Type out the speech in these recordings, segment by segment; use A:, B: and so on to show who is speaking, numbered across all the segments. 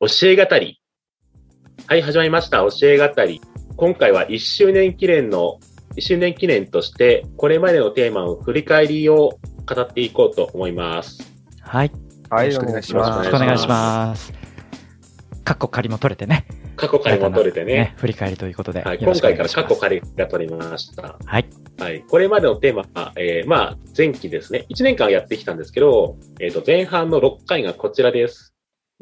A: 教え語り。はい、始まりました。教え語り。今回は1周年記念の、1周年記念として、これまでのテーマの振り返りを語っていこうと思います。
B: はい、よ
C: は
D: よろ
C: い、
D: し
C: お
D: くお
C: 願
D: 願
C: い
D: い
C: し
D: し
C: ま。
D: ます
B: ろしくお願いします。カッコ仮も取れてね。
A: 過去回も取れてね。
B: 振り返りということで。
A: はい、
B: よろ
A: 今
B: しくお
A: 回
B: 願い
A: から
B: しま
A: 過
B: す
A: 去仮が取りました。
B: はい。
A: はい。これまでのテーマは、えーまあ、前期ですね。1年間やってきたんですけど、えっ、と、前半の6回がこちらです。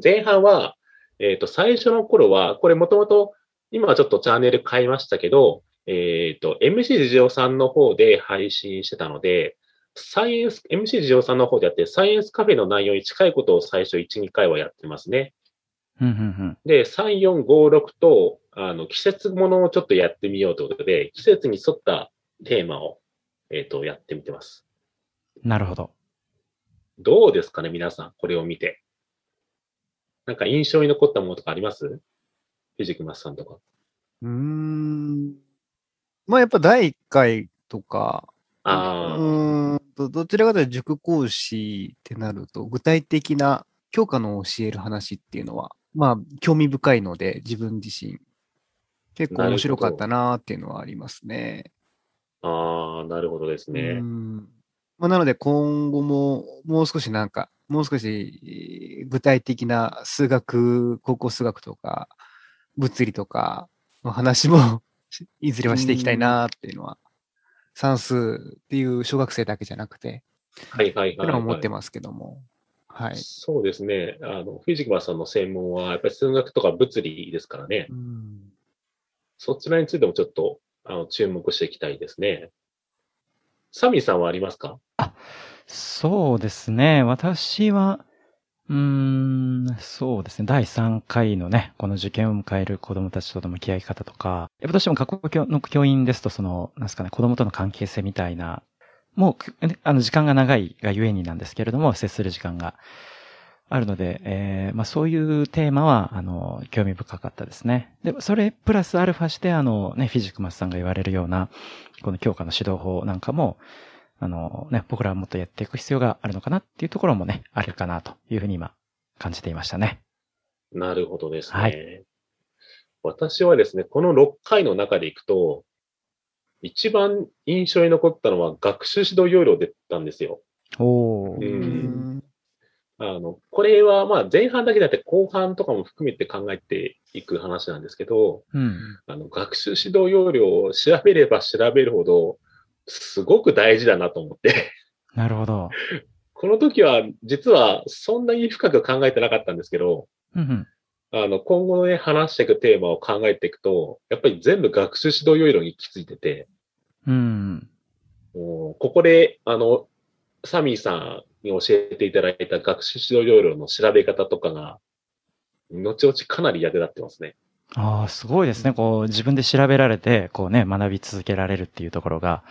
A: 前半は、えっ、と、最初の頃は、これもともと、今はちょっとチャンネル変えましたけど、えっ、と、MC 事情さんの方で配信してたので、サイエンス、MC 事情さんの方でやって、サイエンスカフェの内容に近いことを最初1、2回はやってますね。
B: うんうん
A: で、3、4、5、6と、あの、季節ものをちょっとやってみようということで、季節に沿ったテーマを、えっ、と、やってみてます。
B: うん。なるほど。
A: どうですかね、皆さん、これを見て。なんか印象に残ったものとかあります藤木マスさんとか。
C: うーん。まあやっぱ第1回とか、う
A: あ
C: ーんと、どちらかというと塾講師ってなると、具体的な教科の教える話っていうのは、まあ興味深いので、自分自身。結構面白かったなーっていうのはありますね。
A: あ、ああ、なるほどですね
C: う。んまあ、なので今後ももう少しなんか、もう少しえー具体的な数学、高校数学とか、物理とかの話も いずれはしていきたいなっていうのは、算数っていう小学生だけじゃなくて、
A: はいはい
C: そ
A: はい、
C: れ
A: は。
C: はい思ってますけども。はい。
A: そうですね。あの、藤木マスさんの専門は、やっぱり数学とか物理ですからね。
C: うん
A: そちらについてもちょっと、あの、注目していきたいですね。サミーさんはありますか
B: そうですね。私は、うーん、そうですね。第3回のね、この受験を迎える子供たちとの向き合い方とか、やっぱどうしても学校教の教員ですと、その、なんですかね、子供との関係性みたいな、もう、ねあの、時間が長いがゆえになんですけれども、接する時間があるので、えーまあそういうテーマは、あの、興味深かったですね。で、それプラスアルファして、あの、ね、フィジックマスさんが言われるような、この教科の指導法なんかも、あのね、僕らはもっとやっていく必要があるのかなっていうところもね、あるかなというふうに今感じていましたね。
A: なるほどですね。
B: は
A: 私はですね、この6回の中でいくと、一番印象に残ったのは学習指導要領出たんですよ。
B: お
A: う
B: ー。
A: んあの、これはまあ前半だけじゃなくて後半とかも含めて考えていく話なんですけど、
B: うん。
A: あの、学習指導要領を調べれば調べるほど、すごく大事だなと思って。
B: なるほど。
A: この時は実はそんなに深く考えてなかったんですけど、
B: うんうん。
A: あの、今後のね、話していくテーマを考えていくと、やっぱり全部学習指導要領に行き着いてて、
B: うん。
A: もうここで、あの、サミーさんに教えていただいた学習指導要領の調べ方とかが、後々かなり役立ってますね。
B: ああ、すごいですね。こう、自分で調べられて、こうね、学び続けられるっていうところが、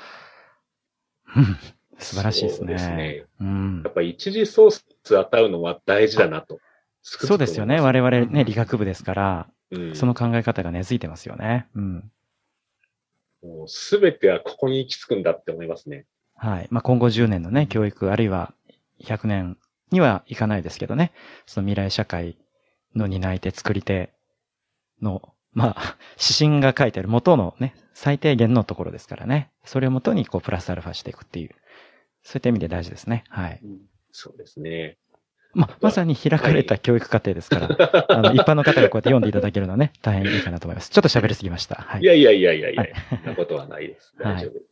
B: うん。素晴らしいです
A: そ
B: ね。
A: うですね
B: うん
A: や。っぱり一時ソース当たるのは大事だなと。つくづく
B: そうですよね。
A: 思いま
B: 我々
C: う
B: ね、
C: ん
B: 理学部ですから、
A: すうん
B: その考え方が根付いてますよね。うん。
A: もう全てはここに行き着くんだって思いますね。
B: はい。まあ、今後10年のね、教育、あるいは100年にはいかないですけどね、その未来社会の担い手、作り手の、まあ、 指針が書いてある元のね、最低限のところですからね。それを元にこう、プラスアルファしていくっていう、そういった意味で大事ですね。はい。
A: そうですね。
B: ま、まさに開かれた教育課程ですから、 あの、一般の方がこうやって読んでいただけるのはね、大変いいかなと思います。ちょっと喋りすぎました。はいい。
A: やいやいやいやいや、
B: は
A: そんなことはないです。
B: はい
A: 大丈夫です。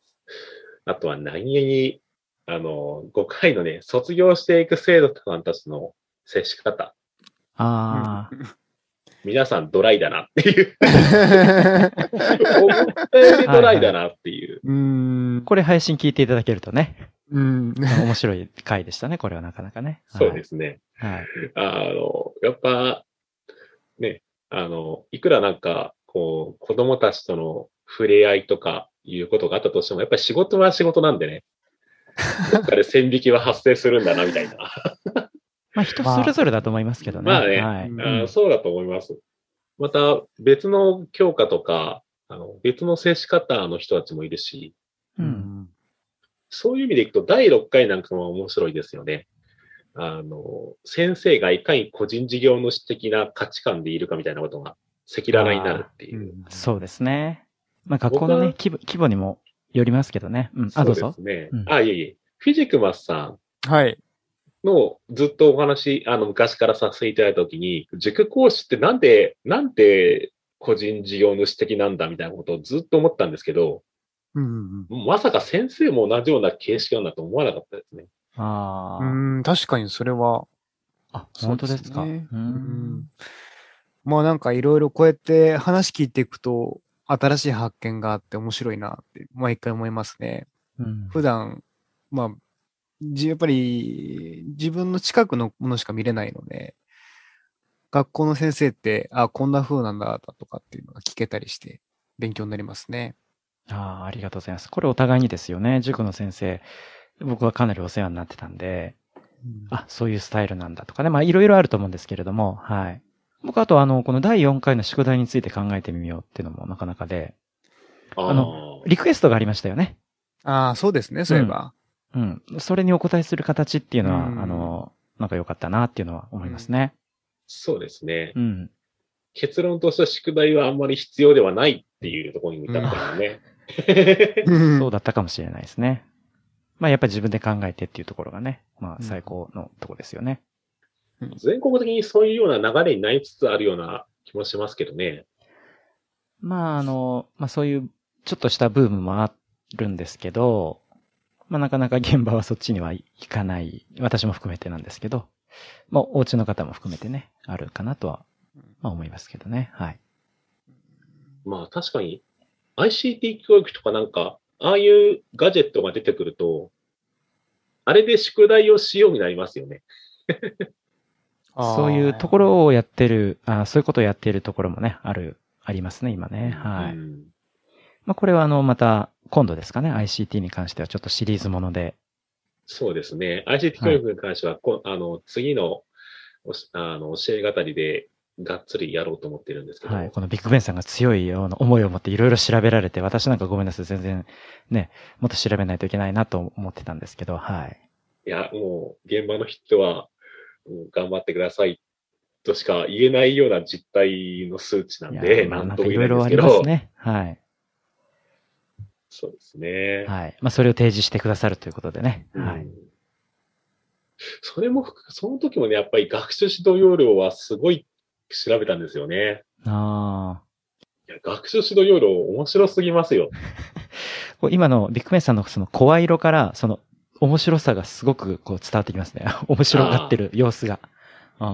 A: あとは何気に、あの、5回のね、卒業していく生徒さんたちの接し方、
B: ああ、
A: 皆さんドライだなっていう、
C: う
A: 思ったよりドライだなっていう。
C: ん。
B: これ配信聞いていただけるとね、
C: うん。
B: 面白い回でしたね。これはなかなかね。。
A: そうですすね。
B: はい。
A: あの、やっぱ、ね、あの、いくらなんか、こう、子供たちとの触れ合いとかいうことがあったとしても、やっぱり仕事は仕事なんでね、どっかで線引きは発生するんだな、みたいな。
B: まあ人それぞれだと思いますけどね。
A: まあね
B: はい。
C: うん
A: あーそうだと思います。また、別の教科とか、あの別の接し方の人たちもいるし、
B: うん。
A: そういう意味でいくと、第6回なんかも面白いですよね。あの、先生がいかに個人事業主的な価値観でいるかみたいなことが赤裸々になるっていう。
B: そうですね。まあ、学校のね、
A: 僕
B: 規模規模にもよりますけどね。うん。あ、どうぞ
A: そ。うですね
B: う。ん
A: あ、いえいえ。フィジクマスさん
C: はい。
A: のずっとお話、あの、昔からさせていただいたときに、塾講師ってなんで、なんで個人事業主的なんだみたいなことをずっと思ったんですけど、
C: うん
A: まさか先生も同じような形式なんだと思わなかったですね。
B: あ
C: う
B: あ、
C: ん、うん確かにそれは
B: あ、
C: そう
B: 本当
C: です
B: ですか。
C: ね
B: う
C: うん
B: ん。
C: まあなんかいろいろこうやって話聞いていくと、新しい発見があって面白いなって、毎回思いますね。
B: うん
C: 普段、まあ、じやっぱり自分の近くのものしか見れないので、学校の先生って、あ、こんな風なんだとかっていうのが聞けたりして、勉強になりますね。
B: ああ、ありがとうございます。これお互いにですよね。塾の先生、僕はかなりお世話になってたんで、あ、そういうスタイルなんだとかね。まあ、いろいろあると思うんですけれども、はい。僕、あと、あの、この第4回の宿題について考えてみようっていうのもなかなかで、
A: あ
B: あ
A: の、
B: リクエストがありましたよね。
C: ああ、そうですね、そういえば。
B: うん。それにお答えする形っていうのは、
C: うん
B: あの、なんか良かったなっていうのは思いますね。
A: そうですね。
B: うん。
A: 結論としては宿題はあんまり必要ではないっていうところに至ったんだよね。
C: うん
B: そうだったかもしれないですね。まあ、やっぱり自分で考えてっていうところがね、まあ、
C: うん
B: 最高のとこですよね。
A: 全国的にそういうような流れになりつつあるような気もしますけどね。
B: まあ、あの、まあ、そういう、ちょっとしたブームもあるんですけど、まあ、なかなか現場はそっちにはいかない、私も含めてなんですけど、まあ、お家の方も含めてね、あるかなとは、まあ、思いますけどね。はい。
A: まあ確かに ICT 教育とかなんか、ああいうガジェットが出てくると、あれで宿題をしようになりますよね。
C: あー
B: そういうところをやってる、あそういうことをやっているところもね、ある、ありますね、今ね。はい。
A: うん
B: まあ、これはあの、また、今度ですかね、ICT に関してはちょっとシリーズもので、
A: そうですね。ICT 教育に関しては、こあの次のおしあの教え語りでがっつりやろうと思ってるんですけど、
B: はい、このビッグベンさんが強いような思いを持っていろいろ調べられて、私なんかごめんなさい、全然ね、もっと調べないといけないなと思ってたんですけど、はい。
A: いや、もう現場の人は、うん頑張ってくださいとしか言えないような実態の数値ないん
B: や
A: で、
B: まあ
A: なん
B: なん
A: と
B: か
A: も
B: い
A: 言
B: ろ
A: え
B: い
A: ないん
B: ろ
A: で
B: あ
A: すけ
B: りま
A: ど、
B: すね。はい。
A: そうですね。
B: はい。まあ、それを提示してくださるということでね。は
A: う
B: い
A: ん。それも含、その時もね、やっぱり学習指導要領はすごい調べたんですよね。
B: あ
A: いや学習指導要領面白すぎますよ。
B: あ。こう今のビッグベンさんのその声色から、その面白さがすごくこう伝わってきますね。 面白がってる様子が。うん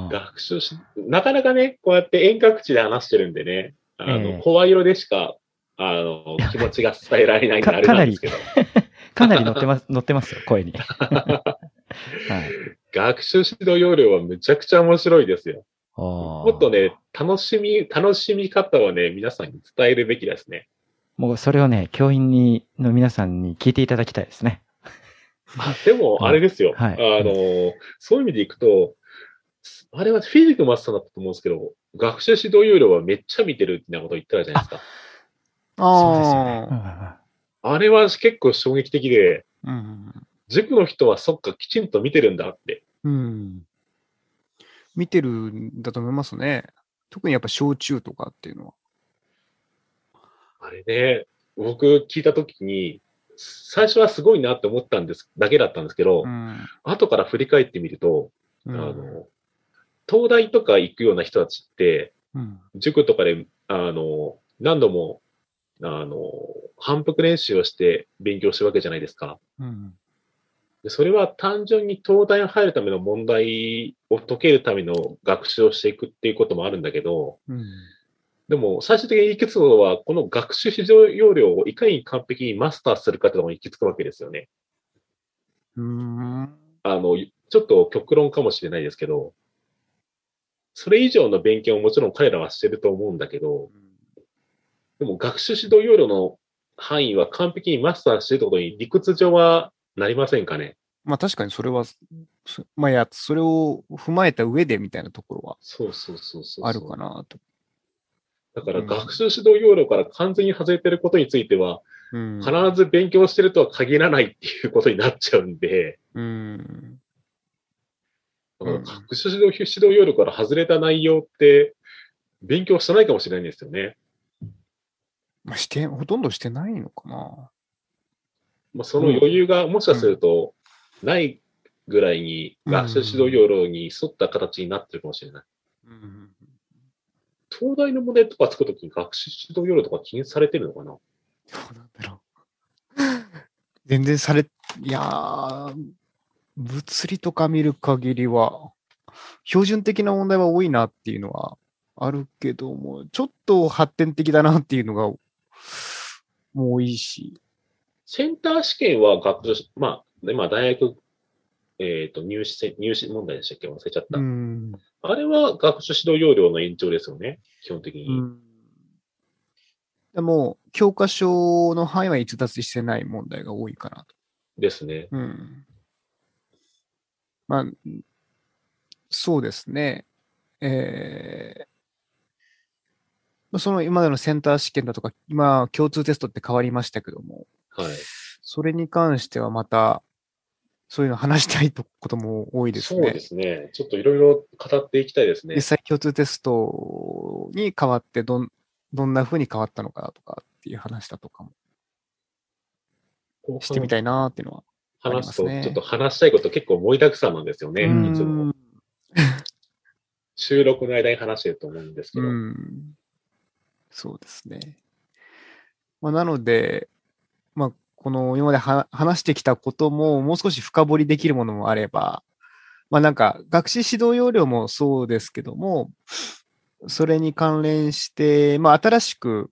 A: 学習し、なかなかね、こうやって遠隔地で話してるんでね、あの、
B: ええ
A: 声色でしか、あ の、気持ちが伝えられないんで
B: か
A: あれなんですけど、
B: かなり乗ってます、 乗ってますよ、声 に。はい。
A: 学習指導要領はむちゃくちゃ面白いですよ。
B: も
A: もっとね、楽しみ、楽しみ方をね、皆さんに伝えるべきですね。
B: もうそれをね、教員に、の皆さんに聞いていただきたいですね。
A: あでも、
B: はい
A: あれですよ。
B: はい
A: あの、そういう意味でいくと、あれはフィジックマスターだったと思うんですけど、学習指導要領はめっちゃ見てるってなこと言ってたじゃないですか。
B: そうですよね。うんう
C: あ
B: んうん
A: あれは結構衝撃的で、
C: あ。うん
A: 塾の人はそっかきちんと見てるんだって。
C: うん。見てるんだと思いますね。特にやっぱ小中とかっていうのは。
A: あれね、僕聞いたときに、最初はすごいなって思ったんです、だけだったんですけど、
C: うん。
A: 後から振り返ってみると、
C: う
A: あ
C: ん。
A: の、東大とか行くような人たちって、
C: うん
A: 塾とかで、あの、何度も、あの、反復練習をして勉強してるわけじゃないですか。
C: うん。
A: でそれは単純に東大に入るための問題を解けるための学習をしていくっていうこともあるんだけど、
C: うん。
A: でも最終的に行き着くのは、この学習非常要領をいかに完璧にマスターするかっていうのが行き着くわけですよね。
C: うん。
A: あの、ちょっと極論かもしれないですけど、それ以上の勉強をもちろん彼らはしてると思うんだけど、でも学習指導要領の範囲は完璧にマスターしてるってことに理屈上はなりませんかね。
C: まあ確かにそれは、そまあいや、それを踏まえた上でみたいなところ
A: そうそうそうそうそう
C: はあるかなと。
A: だから
C: うん
A: 学習指導要領から完全に外れてることについては、
C: うん。
A: 必ず勉強してるとは限らないっていうことになっちゃうんで、
C: うん。
A: この
C: うん
A: 各種指導指導要領から外れた内容って、勉強してないかもしれないんですよね。
C: まあ、して、ほとんどしてないのかな。
A: まあ、その余裕がもしかすると、ないぐらいに、
C: うん
A: 学習指導要領に沿った形になってるかもしれない。
C: うん。
A: 東大の問題とか作るときに学習指導要領とか気にされてるのかな
C: どうなんだろう。全然され、いやー、物理とか見る限りは、標準的な問題は多いなっていうのはあるけども、ちょっと発展的だなっていうのが、もう多いし。
A: センター試験は学習し、まあ、でまあ、大学、えっ、と、入試せ、入試問題でしたっけ忘れちゃった。
C: うん。
A: あれは学習指導要領の延長ですよね。基本的に。
C: うんでも、教科書の範囲は逸脱してない問題が多いかなと。
A: ですね。
C: うん。まあ、そうですね。えーまあその今までのセンター試験だとか、今、共通テストって変わりましたけども、
A: はい。
C: それに関してはまた、そういうの話したいとことも多いです
A: そう
C: ね。
A: ですね。ちょっといろいろ語っていきたいですね
C: 実。際共通テストに変わってどん、どんな風に変わったのかとかっていう話だとかも
A: 後
C: してみ
A: い。
C: たいなっていうのは。
A: 話すと、
C: ありますね
A: ちょっと話したいこと結構盛りだくさんなんですよね。
C: うん
A: いつも。収録の間に話してると思うんですけど。
C: うん。そうですね。まあ、なので、まあ、この今までは話してきたことも、もう少し深掘りできるものもあれば、まあなんか、学習指導要領もそうですけども、それに関連して、まあ新しく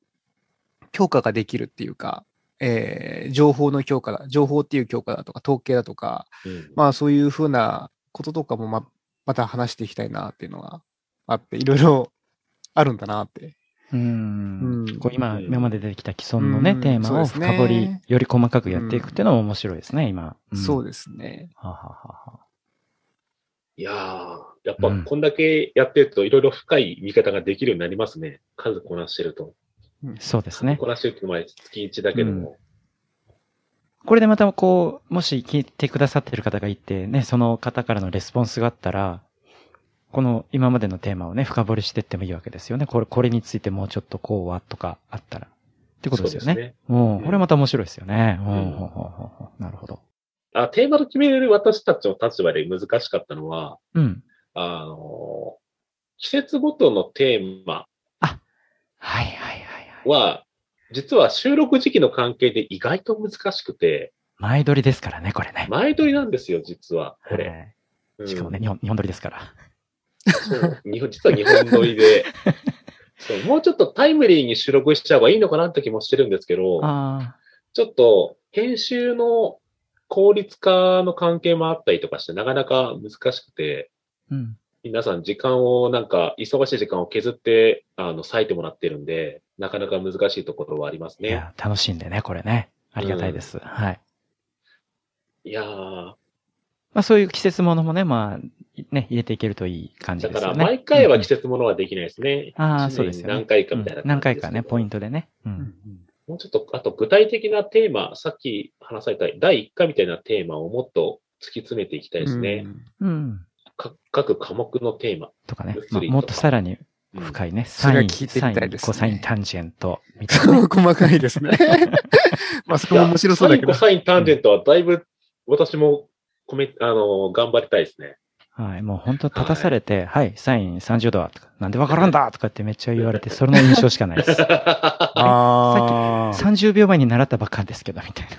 C: 強化ができるっていうか、えー情報の強化だ、情報っていう強化だとか、統計だとか、
A: うん
C: まあそういうふうなこととかもままた話していきたいなっていうのがあって、いろいろ あるんだなって。
B: うん
C: うん
B: こう今、
A: うん
B: 今まで出てきた既存のね、
C: うん
B: テーマを
C: そうですね
B: 深掘り、より細かくやっていくっていうのも面白いですね、今。
C: そう
B: で
C: ですね。
B: す。ははははい
A: やー、やっぱこんだけやってるといろいろ深い見方ができるようになりますね。数こなしてると。
B: そうですね
A: こ。なしてるって前、月1だけでも。
B: これでまたこう、もし聞いてくださってる方がいて、ね、その方からのレスポンスがあったら、この今までのテーマをね、深掘りしていってもいいわけですよね。これ、これについてもうちょっとこうはとかあったら。ってことですよね。うん。これまた面白いですよね。うん。
A: うん
B: ほうほうほうほうなるほど。
A: あテーマの決める私たちの立場で難しかったのは、
B: うん。
A: あのー季節ごとのテーマ
B: はいはいはいはい。
A: は、実は収録時期の関係で意外と難しくて、
B: 前撮りですからね、これね。
A: 前撮りなんですよ、実は、こ
B: は
A: れ。
B: い
A: うん
B: しかもね、日本、日本撮りですから。
A: そう日本実は日本撮り でそう、もうちょっとタイムリーに収録しちゃえばいいのかなって気もしてるんですけど、
B: あ
A: ちょっと編集の効率化の関係もあったりとかして、なかなか難しくて、
B: あ。うん。
A: 皆さん時間をなんか、忙しい時間を削って、あの、割いてもらってるんで、なかなか難しいところはあります
B: い
A: ね。
B: や、楽しんでね、これね。ありがたいです。はい。
A: いやー、
B: まあそういう季節ものもね、まあ、ね、入れていけるといい感じ
A: だ
B: で
A: か
B: すよ
A: ら
B: ね。
A: 毎回は季
B: 節、
A: 節ものはできないですね。
B: あ
A: 一
B: あ
A: 年
B: そうですよね
A: 何回かみたいな、
B: うん何回かね、ポイン
A: ト。
B: トでね。う
C: うん
B: ん。
A: もうちょっと、あと具体的なテーマ、さっき話された第1回みたいなテーマをもっと突き詰めていきたいですね。
C: うん
B: うん。
A: か各科目のテーマ。
B: とかね
A: 物理。と
B: ま
A: か
B: あ、もっとさらに
A: うん
B: 深いね。
C: それ
B: サ
C: は
B: イン、
C: 聞いて
B: サ
C: みた
B: イ
C: い
B: ン、
C: ですね
B: コサイン、タンジェント、みたいなね。
C: 細かいで すね。まあそこも面白そうだ
A: い
C: けど
A: や。サインコサインタンジェントはだいぶ私もコメ、あの、頑張りたいですね。
B: はい。もう本当立たされて、はい、サイン30度だとか、なんでわからんだとかってめっちゃ言われて、それの印象しかないです。
C: あー
B: 30秒前に習ったばっかですけど、みたいな。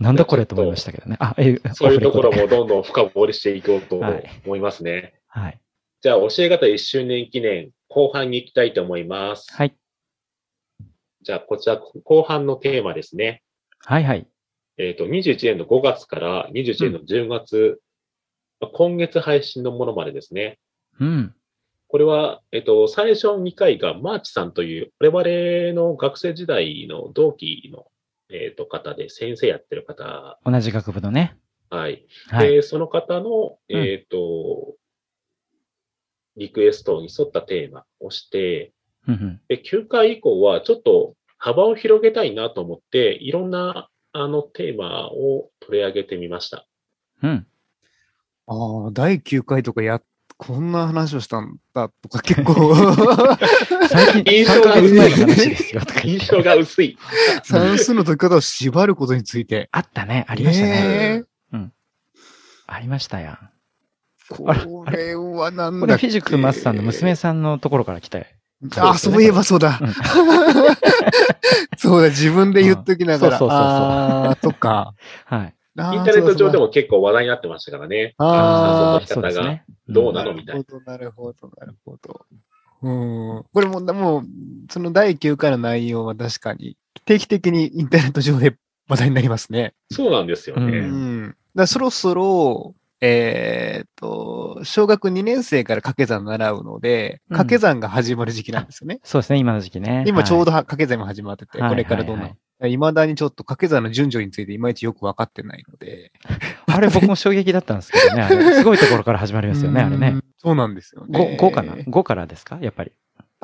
B: なんだこれと思いましたけどね。あ、え、
A: そういうところ
B: オフレ
A: も
B: コで
A: どんどん深掘りしていこうと
B: はい
A: 思いますね。
B: はい。
A: じゃあ、教え方1周年記念、後半に行きたいと思います。
B: はい。
A: じゃあ、こちら、後半のテーマですね。
B: はいはい。
A: えっ、と、21年の5月から21年の10月、まあ今月配信のものまでですね。
B: うん。
A: これは、えっ、と、最初の2回がマーチさんという、我々の学生時代の同期の、えっ、と、方で、先生やってる方、
B: 同じ学部のね。
A: はい。
B: はい。
A: で、その方の、
B: うん
A: えっ、と、リクエストに沿ったテーマをして、
B: うんうん
A: で、9回以降はちょっと幅を広げたいなと思って、いろんなあのテーマを取り上げてみました。
B: うん。
C: ああ、第9回とかや、こんな話をしたんだ とか結構、
B: 最近、
A: 印象
B: 3
A: が
B: ヶ月
A: 薄
B: 前の
A: い
B: 話ですよとか言っ
A: 印
B: て
A: 象が薄い。
C: 算数の解き方を縛ることについて。
B: あったね。ありましたね。
C: ね
B: ありましたやん。
C: えこれはなんだっけ
B: これ、フィジックマスさんの娘さんのところから来たよ。
C: あ、そういえばそうだ。
B: うん
C: そうだ、自分で言っときながら。
B: うんそうそうそうそう
C: あーとか。
B: はい。
A: イ
C: イ
A: ンターネット上で
C: も。
A: も結構話題になってましたからね。
C: あ
A: ー
C: あ、
A: そう
B: そうですね。
A: どうな
B: の
A: のみたいな。
C: なるほど、なるほど、なるほど。うん。これも、もう、その第9回の内容は確かに、定期的にインターネット上で話題になりますね。
A: そうなんですよね。
B: う
C: うんん。だからそろそろ、えーっと、小学2年生から掛け算習うので、
B: うん
C: 掛け算が始まる時期なんですよね。
B: そうですね、今の時期ね。
C: 今ちょう
B: ど。
C: どは掛け算も始まってて、
B: はい
C: これからどうな
B: はい
C: るいまだにちょっと掛け算の順序についていまいちよく分かってないので。
B: あれ僕も衝撃だったんですけどね。あれすごいところから始まりますよね、あれ
C: う
B: ね
C: ん。。そうなんですよね。
B: 5、五かな ?5 からですかやっぱ り。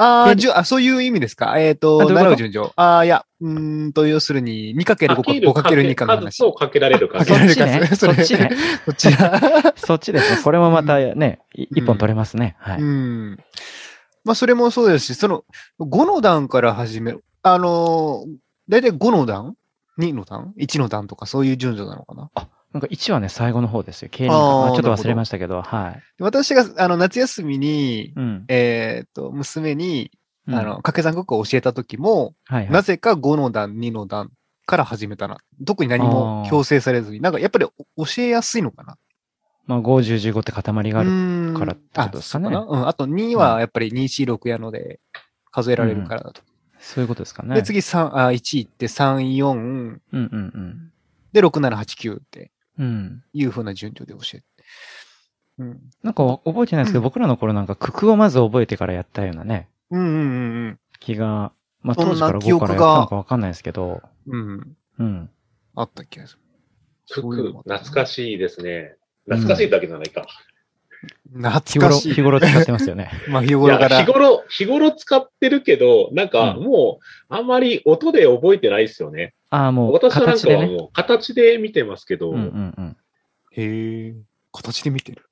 C: あ
B: で
C: ーじゅあ、そういう意味ですかえ
B: あ
C: っ、
B: どう
C: と、
B: いうこと
C: 習う順序。ああ、いや、うーんと、要するに、2×5 か 5×2 かの話。
A: 数とかけられる
C: あ
A: 数
C: か。け
B: そ
C: られ
B: っ
C: る
B: ちね。そ
C: 数
B: っちね。
C: こ ちら。
B: そっちですね。これもまたね、い一本取れますね。は
C: う
B: い。
C: ん。まあ、それもそうですし、その、5の段から始める。あのー、だいたい5の段 ?2 の段 ?1 の段とか、そういう順序なのかな
B: なんか1はね、最後の方ですよ。経理
C: あー
B: 学。ちょっと
C: なるほ
B: 忘
C: ど
B: れましたけど、はい。
C: 私が、あの、夏休みに、
B: うん。
C: えーっと、娘に、
B: うん
C: あの、、掛け算ごっこを教えた時も、
B: はいはい。
C: なぜか5の段、2の段から始めたな。特に何も
B: あー
C: 強制されずに。なんか、やっぱりお教えやすいのかな。
B: まあ、50、15って塊があ
C: う
B: る。
C: ーん
B: からってことですかね
C: あそううん。あと2はやっぱり2、4、6やので数えられるからだと。
B: そういうことですかね。
C: で、次3、あ、1行って3、4、
B: うんうん
C: で、6、7、8、9って
B: うん。うん。
C: いう風な順序で教えて。うん。
B: なんか覚えてないですけど、
C: うん
B: 僕らの頃なんか九九をまず覚えてからやったようなね、
C: うんうん
B: 気が、まあ
C: そ
B: 当
C: んな
B: 時から
C: 記
B: 5
C: 憶
B: からや
C: が
B: ったのかわかんないですけど、
C: うんうん。うん。
B: うん。
C: あった気がする。
A: 九
C: そういう
A: 九
C: の
A: 懐かしいですね。懐かしいだけじゃないか。
B: 日
C: 懐
B: 頃、
C: かしい。
B: 日頃使ってますよ ね。
C: まあ、日
A: い
C: 頃
A: や
C: から。
A: 日頃、日頃使ってるけど、なんか
B: うん
A: もう、あんまり音で覚えてないですよね。
B: ああ、もう、
A: 私はなん
B: 形
A: かは
B: でね。
A: もう、形で見てますけど、
B: う
A: うん
B: うん
A: ん。
B: うん。
C: へえ。形で見てる。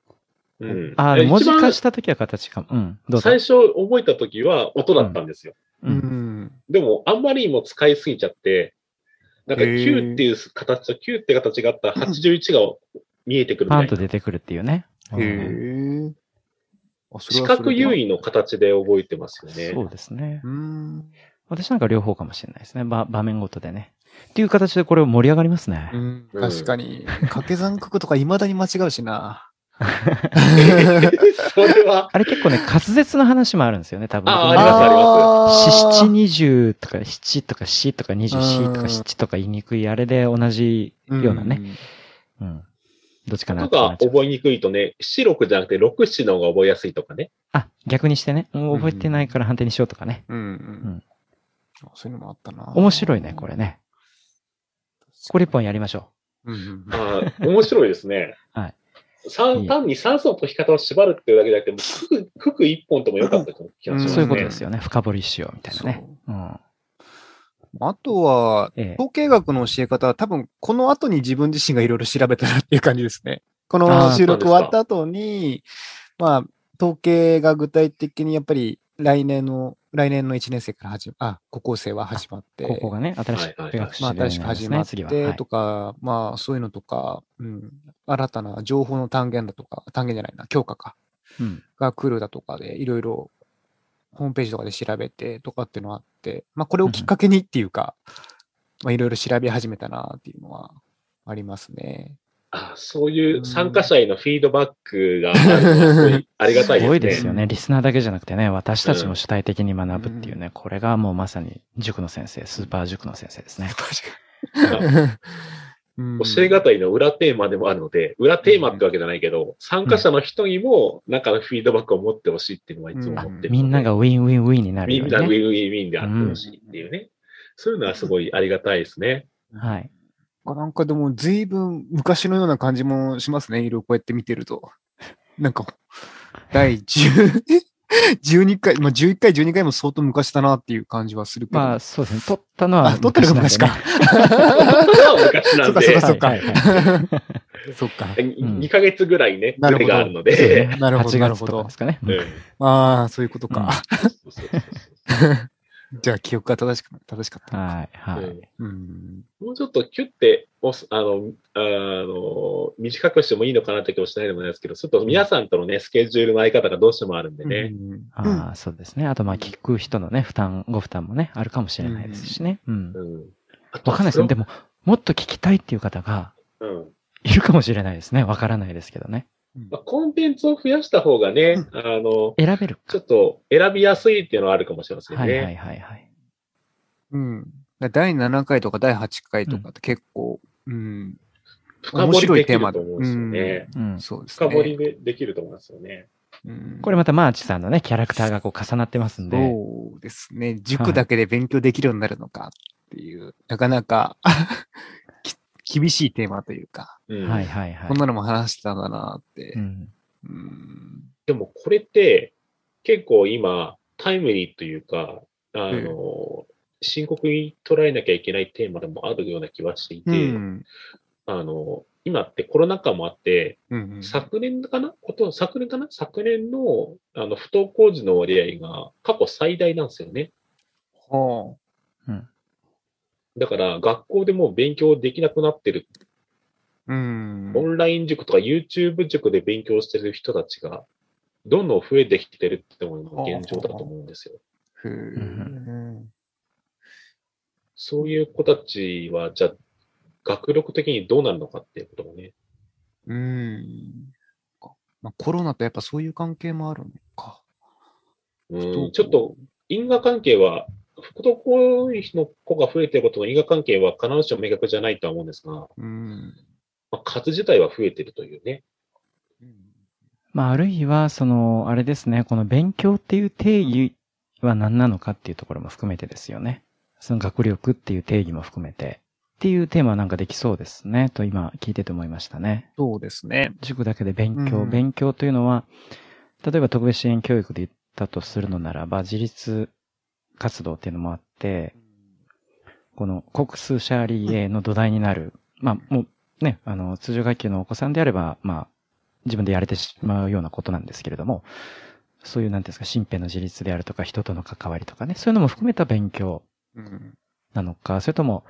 B: ああ、
A: 一番
B: 文字化した時は形かも。うん。どうぞ
A: 最。初覚えた時は音だったんですよ。
B: う。
C: うんん。
A: でも、あんまりにも使いすぎちゃって、なんか
C: へー
A: 9っていう形と9って形があった81が見えてくるみ
B: パ
A: た
B: ン
A: い
B: と
A: な。
B: 出てくるっていうね。
C: へ
B: うん
C: え。あそれ
A: 四
C: はそ
A: 角
C: れで
A: 優位の形で覚えてますよね。
B: そうですね。
C: うん。
B: 私なんか両方かもしれないですね。ば場面ごとでね。っていう形でこれ盛り上がりますね。
C: うん
A: うん
C: 確かに。掛け算九九とか未だに間違うし な。
A: それ は、
B: あれ結構ね、滑舌の話もあるんですよね、多分。
A: あ
B: 僕なんか
A: あります
B: 七七二十とか七とか四とか二十四と
C: うん
B: か七とか言いにくいあれで同じようなね。。うん。どっちか
A: と
B: なってな
A: か
B: っちゃう
A: 覚えにくいとね、四六じゃなくて六七の方が覚えやすいとかね。
B: あ、逆にしてね。もう覚えてないから判定にしようとかね。
C: うんうんん。あそういうのもあったな。
B: 面白いね、これね。これ一本やりましょ
C: うんうんうん。
A: ああ、面白いですね。
B: はい
A: 三。単に酸素の解き方を縛るっていうだけじゃなくて、もう服、服一本ともよかった気がし
B: う。
A: ますね。
C: ん
B: そういうことですよね。深掘りしようみたいなね。うん。
C: あとは、
B: ええ。
C: 統計学の教え方は多分この後に自分自身がいろいろ調べたなっていう感じですね。こ
B: あ
C: の
B: ー
C: 収録終わった後に、まあ、統計が具体的にやっぱり来年の、来年の1年生から始ま、あ、高校生は始まって、
B: 高校がね、新しく
A: はいはいはい
B: 大学
C: ま
B: 習
C: あ、
B: で
C: 新しく始まっ
B: 次は。
C: てと
B: は
C: か、まあ、そういうのとか、うん、新たな情報の単元だとか、単元じゃないな、強化か、
B: いうん。
C: が来るだとかで、いろいろ、ホームページとかで調べてとかっていうのがあって、まあ、これをきっかけにっていうか、まあ、いろいろ調べ始めたなっていうのはありますね。
A: ああそういう参加者へのフィードバックがあるのはすごいありがたいですね。
B: すごいですよ
C: う
B: ね。
C: ん
B: リスナーだけじゃなくてね、私たちも主体的に学ぶっていうね、これがもうまさに塾の先生、スーパー塾の先生ですね。
C: うん
A: 教え方の裏テーマでもあるので、裏テーマってわけじゃないけど、参加者の人にも中のフィードバックを持ってほしいっていうのはいつも思ってるので、
B: みんながウィンウィンウィンになる
A: み
B: ようんに
A: なウィンウ
B: ね。
A: ィンウィンであってほしいっていうね。そういうのはすごいありがたいですね。
B: はい。
C: なんかでも、随分昔のような感じもしますね。いろいろこうやって見てると。なんか、第10 12回、まあ、11回、12回も相当昔だなっていう感じはするけど。
B: まあ、そうですね。撮ったのは
C: あ撮ってるのが昔か
B: なんでね
A: 昔な
C: そ
A: んで
C: うかそうか、そうか
B: はいはいはい
C: そっか。
B: ん
A: 2ヶ月ぐらいね、
C: な
A: ズレ
C: るほど
A: があるので、
C: なるほど、
B: 8
C: なる
B: 月
C: ほ
B: とか
C: ど
B: で。すかね。
A: うん
C: ああ、そういうことか。
A: そうそうそう
C: じゃあ、記憶が正しく、正しかった。
B: はい、は
A: そうう
B: い。
A: ん
C: うん。
A: もうちょっとキュッて押す、あの、あの、短くしてもいいのかなって気もしないでもないですけど、ちょっと皆さんとのね、スケジュールの合い方がどうしてもあるんでね。
C: うん
B: ああ、そうですね。あと、まあ、聞く人のね、負担、ご負担もね、あるかもしれないですしね。うん
A: う。ん。あと
B: わかんないですね。で
A: も。
B: も、もっと聞きたいっていう方が
A: うん。
B: いるかもしれないですね。わからないですけどね。
A: まあ、コンテンツを増やした方がね、あの、
B: 選べる
A: ちょ
B: か。
A: っと選びやすいっていうのはあるかもしれませんね。
B: はいはいはいはい。
C: うん。だから第7回とか第8回とかって結構、うん。
A: 深掘りできると思うんですよね。
B: うん。
C: そうですね。
A: 深掘りでできると思いますよね。
C: うん。
B: これまたマーチさんのね、キャラクターがこう重なってますんで。
C: そうですね。塾だけで勉強できるようになるのかっていう、なかなか き厳しいテーマというか、
A: うん
B: はいはいはい
C: こん。なのも話してたんだなって。
B: うん。
C: うん
A: でもこれって結構今タイムリーというか、あ
C: ええ
A: の、深刻に捉えなきゃいけないテーマでもあるような気はしていて、
C: うん。
A: あの、今ってコロナ禍もあって、
C: うん。
A: 昨年かなこと、昨年かな昨年の、あの、不登校児の割合が過去最大なんですよね。
C: ほ
A: だから、学校でもう勉強できなくなってる
C: う。うん。
A: オンライン塾とか YouTube 塾で勉強してる人たちが、どんどん増えてきてるっていうのが現状だと思うんですよ。
C: ふー
A: そういう子たちは、じゃあ、学力的にどうなるのかっていうこともね。
C: うん。まあ、コロナとやっぱそういう関係もあるのか。
A: うん、ちょっと、因果関係は、不登校の子が増えてることの因果関係は必ずしも明確じゃないとは思うんですが、ま
C: うん。
A: あ、数自体は増えてるというね。
B: まあ、あるいは、その、あれですね、この勉強っていう定義は何なのかっていうところも含めてですよね。その学力っていう定義も含めて。っていうテーマなんかできそうですね、と今聞いてて思いましたね。
C: そうですね。
B: 塾だけで勉強、
C: うん
B: 勉強というのは、例えば特別支援教育で言ったとするのならば、自立活動っていうのもあって、この国数シャーリー A の土台になる。まあ、もうね、あの、通常学級のお子さんであれば、まあ、自分でやれてしまうようなことなんですけれども、そういう、なんていうんですか、身辺の自立であるとか、人との関わりとかね、そういうのも含めた勉強
C: うん。
B: なのか、それとも、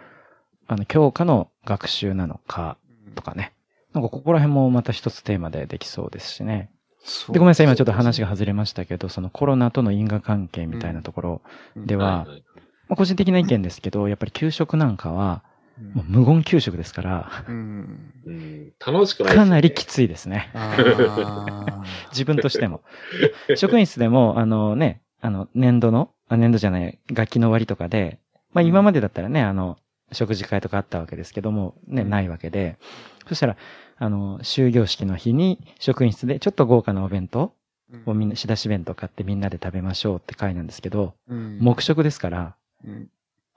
B: あの、教科の学習なのか、とかね。なんか、ここら辺もまた一つテーマでできそうですしね。
C: そう
B: で、ごめんなさい、今ちょっと話が外れましたけど、そのコロナとの因果関係みたいなところで
C: うん
B: は、
A: いい
B: まあ、個人的な意見ですけど、やっぱり給食なんかは、
C: う
B: もうん無言給食ですから、
C: うん。
A: うん、楽しくないですよね
B: かなりきついですね。
C: あ ー
B: 自分としても。職員室でも、あのね、あの、年度の、あ年度じゃない、楽器の終わりとかで、まあ今までだったらね、あの、食事会とかあったわけですけども、ね、
C: うん
B: ないわけで、そしたら、あの、終業式の日に、職員室でちょっと豪華なお弁当をみんな、仕出し弁当買ってみんなで食べましょうって会なんですけど、
C: うん
B: 黙食ですから、
C: うん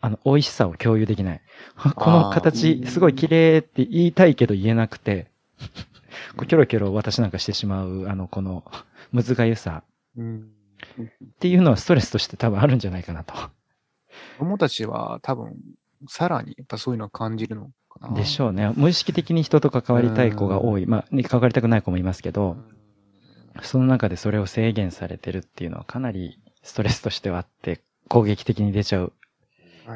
B: あの、美味しさを共有できない。あこ
C: あ
B: の
C: ー
B: 形、すごい綺麗って言いたいけど言えなくて、こうキョロキョロ私なんかしてしまう、あの、この、むずがゆさ
C: うん
B: っていうのはストレスとして多分あるんじゃないかなと。
C: 子供たちは多分、さらにやっぱそういうのを感じるのかな。
B: でし
C: ょ
B: ょうね。無意識的に人と関わりたい子が多い。まあ、ね関わりたくない子もいますけど、その中でそれを制限されてるっていうのはかなりストレスとしてはあって、攻撃的に出ちゃう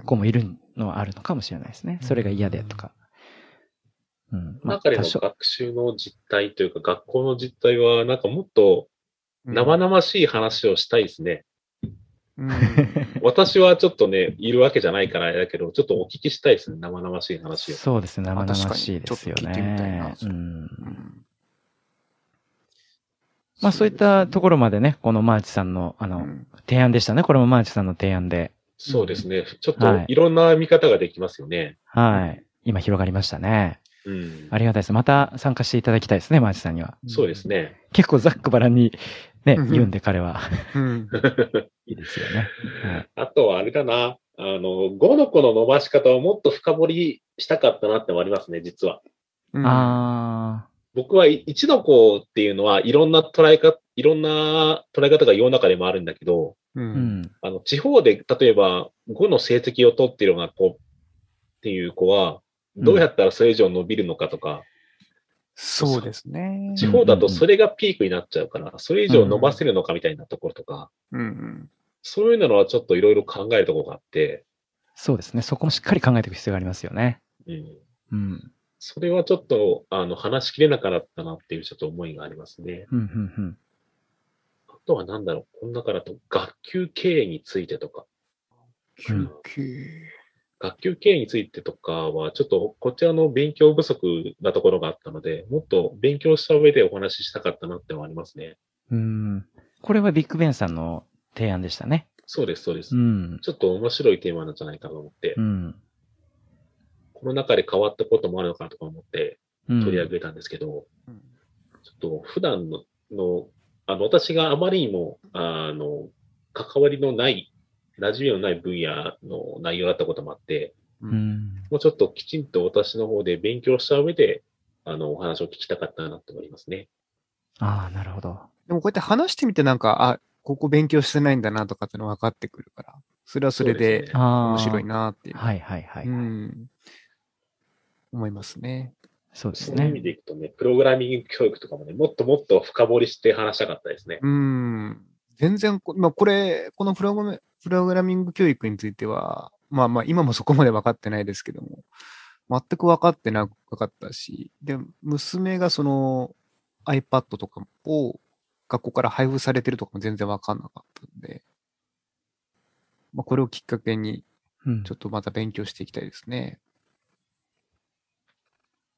B: 子もいるのはあるのかもしれないですね。それが嫌でとか。うん。まあ、
A: 中で
B: 多
A: の
B: 少
A: 学習の実態というか、学校の実態は、なんかもっと
C: うん
A: 生々しい話をしたいですね。
C: うん
A: 私はちょっとね、いるわけじゃないからあれだけど、ちょっとお聞きしたいですね、生々しい話を。
B: そうですね、生
C: あ確かに
B: 々しいですよ
C: ちょっと聞いてみたいな
B: ね。うん。
C: うん
B: まあそういったところまでね、このマーチさんの、あ
C: う
B: の、
C: ん
B: 提案でしたね。これもマーチさんの提案で。
A: そうですね。ちょっ
B: は
A: と
B: い
A: いろんな見方ができますよね。
B: はい。今広がりましたね。
A: うん。
B: ありがたいです。また参加していただきたいですね、マーチさんには。
A: そうですね。
B: 結構ざっくばらんに、ね、
C: うん
B: 言うんで彼 は。
C: うん
B: いいですよね。はい
A: あとはあれだな。あの、5の子の伸ばし方をもっと深掘りしたかったなってのもありますね、実は。
C: うん
B: あ
A: 僕は1の子っていうのはいろんな捉え方、いろんな捉え方が世の中でもあるんだけど、
C: う。
B: ー。うんん。
A: あの、地方で、例えば、5の成績を取っているような子っていう子は、どうやったらそれ以上伸びるのかとか、
C: そうですね。
A: 地方だとそれがピークになっちゃうから、それ以上伸ばせるのかみたいなところとか、
C: うんうん。
A: そういうのはちょっといろいろ考えるところがあって、
B: そうですね。そこもしっかり考えていく必要がありますよね。
A: うん、
B: うん。
A: それはちょっと、あの、話しきれなかったなっていうちょっと思いがありますね。
B: うん、うん、うん。
A: あとはなんだろう、この中だと学級経営についてとか、
C: 休憩。
A: 学級経営についてとかは、ちょっとこちらの勉強不足なところがあったので、もっと勉強した上でお話ししたかったなってのはありますね。
B: うん。これはビッグベンさんの提案でしたね。
A: そうです、そうです
B: う。ん。
A: ちょっと面白いテーマなんじゃないかと思って
B: う、ん。
A: この中で変わったこともあるのかなとか思って
B: うん
A: 取り上げたんですけど、
C: うん
A: ちょっと普段の、のあの、私があまりにも、あの、関わりのない、馴染みのない分野の内容だったこともあって、
B: うん。
A: もうちょっときちんと私の方で勉強した上で、あの、お話を聞きたかったなと思いますね。
B: ああ、なるほど。
C: でもこうやって話してみてなんか、あ、ここ勉強してないんだなとかっての分かってくるから、それはそれ
A: そう
C: で
A: ね
C: す
B: ああ。
C: 面白い。なっていう。
B: はいはいはい。
C: うん。思いますね。
B: そうです
A: そういう意味
B: ね。
A: でいくとね、プログラミング教育とかもね、もっともっと深掘りして話したかったですね。
C: うん。全然こ、まあこれ、このプログラムプログラミング教育については、まあまあ今もそこまで分かってないですけども、全く分かってなかったし、で、娘がその iPad とかを学校から配布されてるとかも全然分かんなかったんで、まあこれをきっかけに、
B: うん
C: ちょっとまた勉強していきたいですね。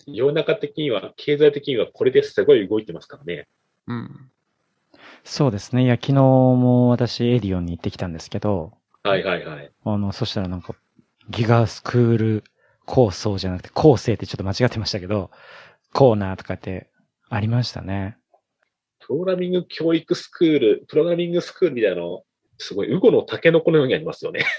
A: 世の中的には、経済的にはこれですごい動いてますからね。
C: うん。
B: そうですね。いや、昨日も私エディオンに行ってきたんですけど、
A: はいはいはい。
B: あの、そしたらなんか、ギガスクール構想じゃなくて、構成ってちょっと間違ってましたけど、コーナーとかってありましたね。
A: プログラミング教育スクール、プログラミングスクールみたいなの、すごい、ウゴのタケノコのようにありますよね。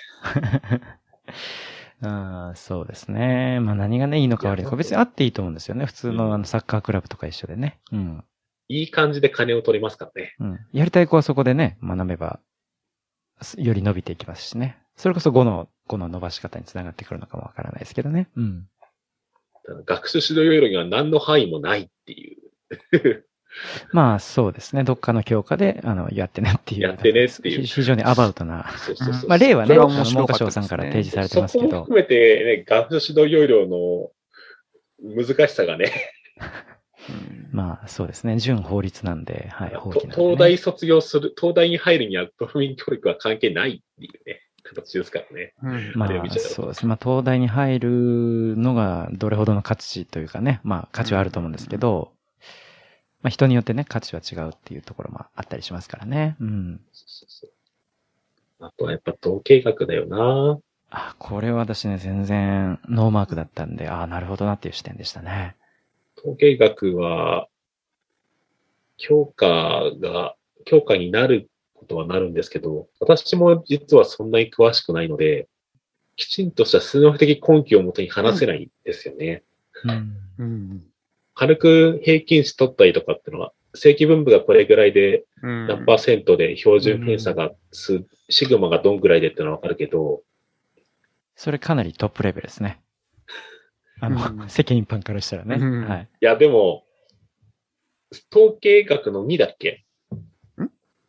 B: あーそうですね。まあ何がね、いいのか悪いの
A: いや
B: か。別にあっていいと思うんですよね。普通
A: うん
B: のあのサッカークラブとか一緒でね。うん。
A: いい感じで金を取りますからね。
B: うん。やりたい子はそこでね、学べば、すより伸びていきますしね。それこそ5の、5の伸ばし方につながってくるのかもわからないですけどね。うん。
A: ただ学習指導要領には何の範囲もないっていう。
B: まあそうですね。どっかの教科で、あの、やってねっていう。
A: やってねっていう
B: ひ非常にアバウトな。
A: そうそうそう
B: まあ例はね、
C: それ
B: あ
C: は
B: の
C: 面白
B: 文
C: か
B: 科省
C: ったですね
B: さんから提示されて
A: そ
B: ます
A: こ
B: け
A: も
B: ど。
A: 含めて、ね、学習指導要領の難しさがね、
C: うん
B: まあそうですね。純法律なんで、はい、法
A: と
B: 規なんで、ね。
A: 東大卒業する、東大に入るにはプログラミング教育は関係ないっていうね、形ですからね。
C: うん
B: まあ
A: あれを見ちゃう
B: そうですね。まあ東大に入るのがどれほどの価値というかね、まあ価値はあると思うんですけど、まあ人によってね、価値は違うっていうところもあったりしますからね。うん。
A: あとはやっぱ統計学だよな。
B: あ、これは私ね、全然ノーマークだったんで、ああ、なるほどなっていう視点でしたね。
A: 統計学は、教科が、教科になることはなるんですけど、私も実はそんなに詳しくないので、きちんとした数学的根拠をもとに話せないんですよね。
B: うん。
C: うん。
A: 軽く平均値取ったりとかっていうのは、正規分布がこれぐらいで
C: うん
A: 何パーセントで標準偏差がす、シグマがどんぐらいでってのはわかるけど、
B: それかなりトップレベルですね。あの、
C: うん
B: 責任犯からしたらね。
C: うん
B: はい。
A: いや、でも、統計学の2だっけ
C: ん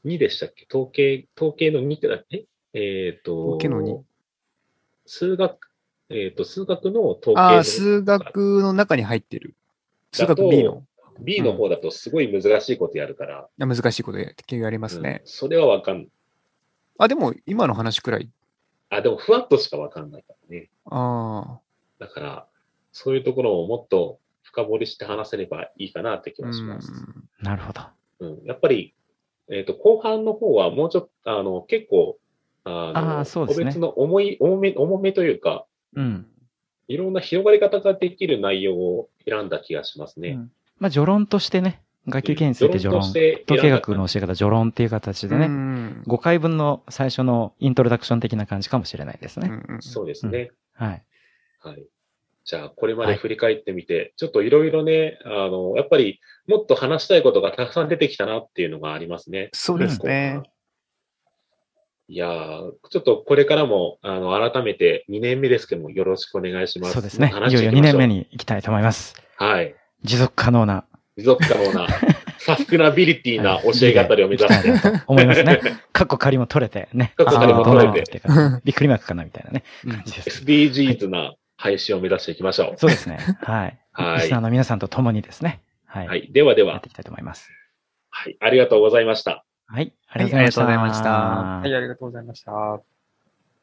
A: ?2 でしたっけ統計、統計の2ってだっけえっ、と、
C: 統計の2
A: 数学、えっ、と、数学の統計の
C: ああ、数学の中に入ってる。数学 B の。
A: B の方だとすごい難しいことやるから、
C: あ難しいことや結局やりますね
A: うん。それはわかんない。
C: あ、でも今の話くらい。
A: あ、でもふわっとしかわかんないからね。
C: ああ。
A: だから、そういうところをもっと深掘りして話せればいいかなって気はします。
B: なるほど。
A: うんやっぱり、えっ、と、後半の方はもうちょっと、あの、結構、あの、
B: あーそうですね
A: 個別の重い、重め、重めというか、
B: うん。
A: いろんな広がり方ができる内容を選んだ気がします
B: う
A: ね。
B: んまあ、序論としてね、学級経営について序論。
A: として
B: 統計学
A: 選んだ
B: の教え方、序論っていう形で
C: う
B: ね、
C: ん
B: 5回分の最初のイントロダクション的な感じかもしれないです
C: うんう
B: ね。
C: ん
A: そうですね。
B: はい。
A: はい。じゃあ、これまで
B: はい
A: 振り返ってみて、ちょっといろいろね、あの、やっぱり、もっと話したいことがたくさん出てきたなっていうのがありますね。
C: そうですね。
A: いやーちょっとこれからも、あの、改めて2年目ですけども、よろしくお願いします。
B: そうですね。
A: 話
B: い
A: し
B: よ
A: て
B: いよ
A: きま
B: 2
A: しょ
B: 年目。に行きたいと思います。
A: はい。
B: 持続可能な
A: 持続可能な、 サステナビリティな教え方を目指して、
B: 思います ね。カッコ仮も取れてね。
A: カッコ仮も取れて
B: あーどうなのっていうか びっくりマークかなみたいなね。感じです。
A: SDGs な配信を目指していきましょ
B: そうですね。はい。
A: はい
B: リスナーの皆さんと共にですね。は
A: う。
B: い。
A: はい。ではで
B: やっ
A: は
B: て、いきたいと思います。
A: はい。ありがとうございました。
B: はい。あ
C: はい
B: りがとうございました。
C: ありがとうございました
D: はい、ありがとうございました。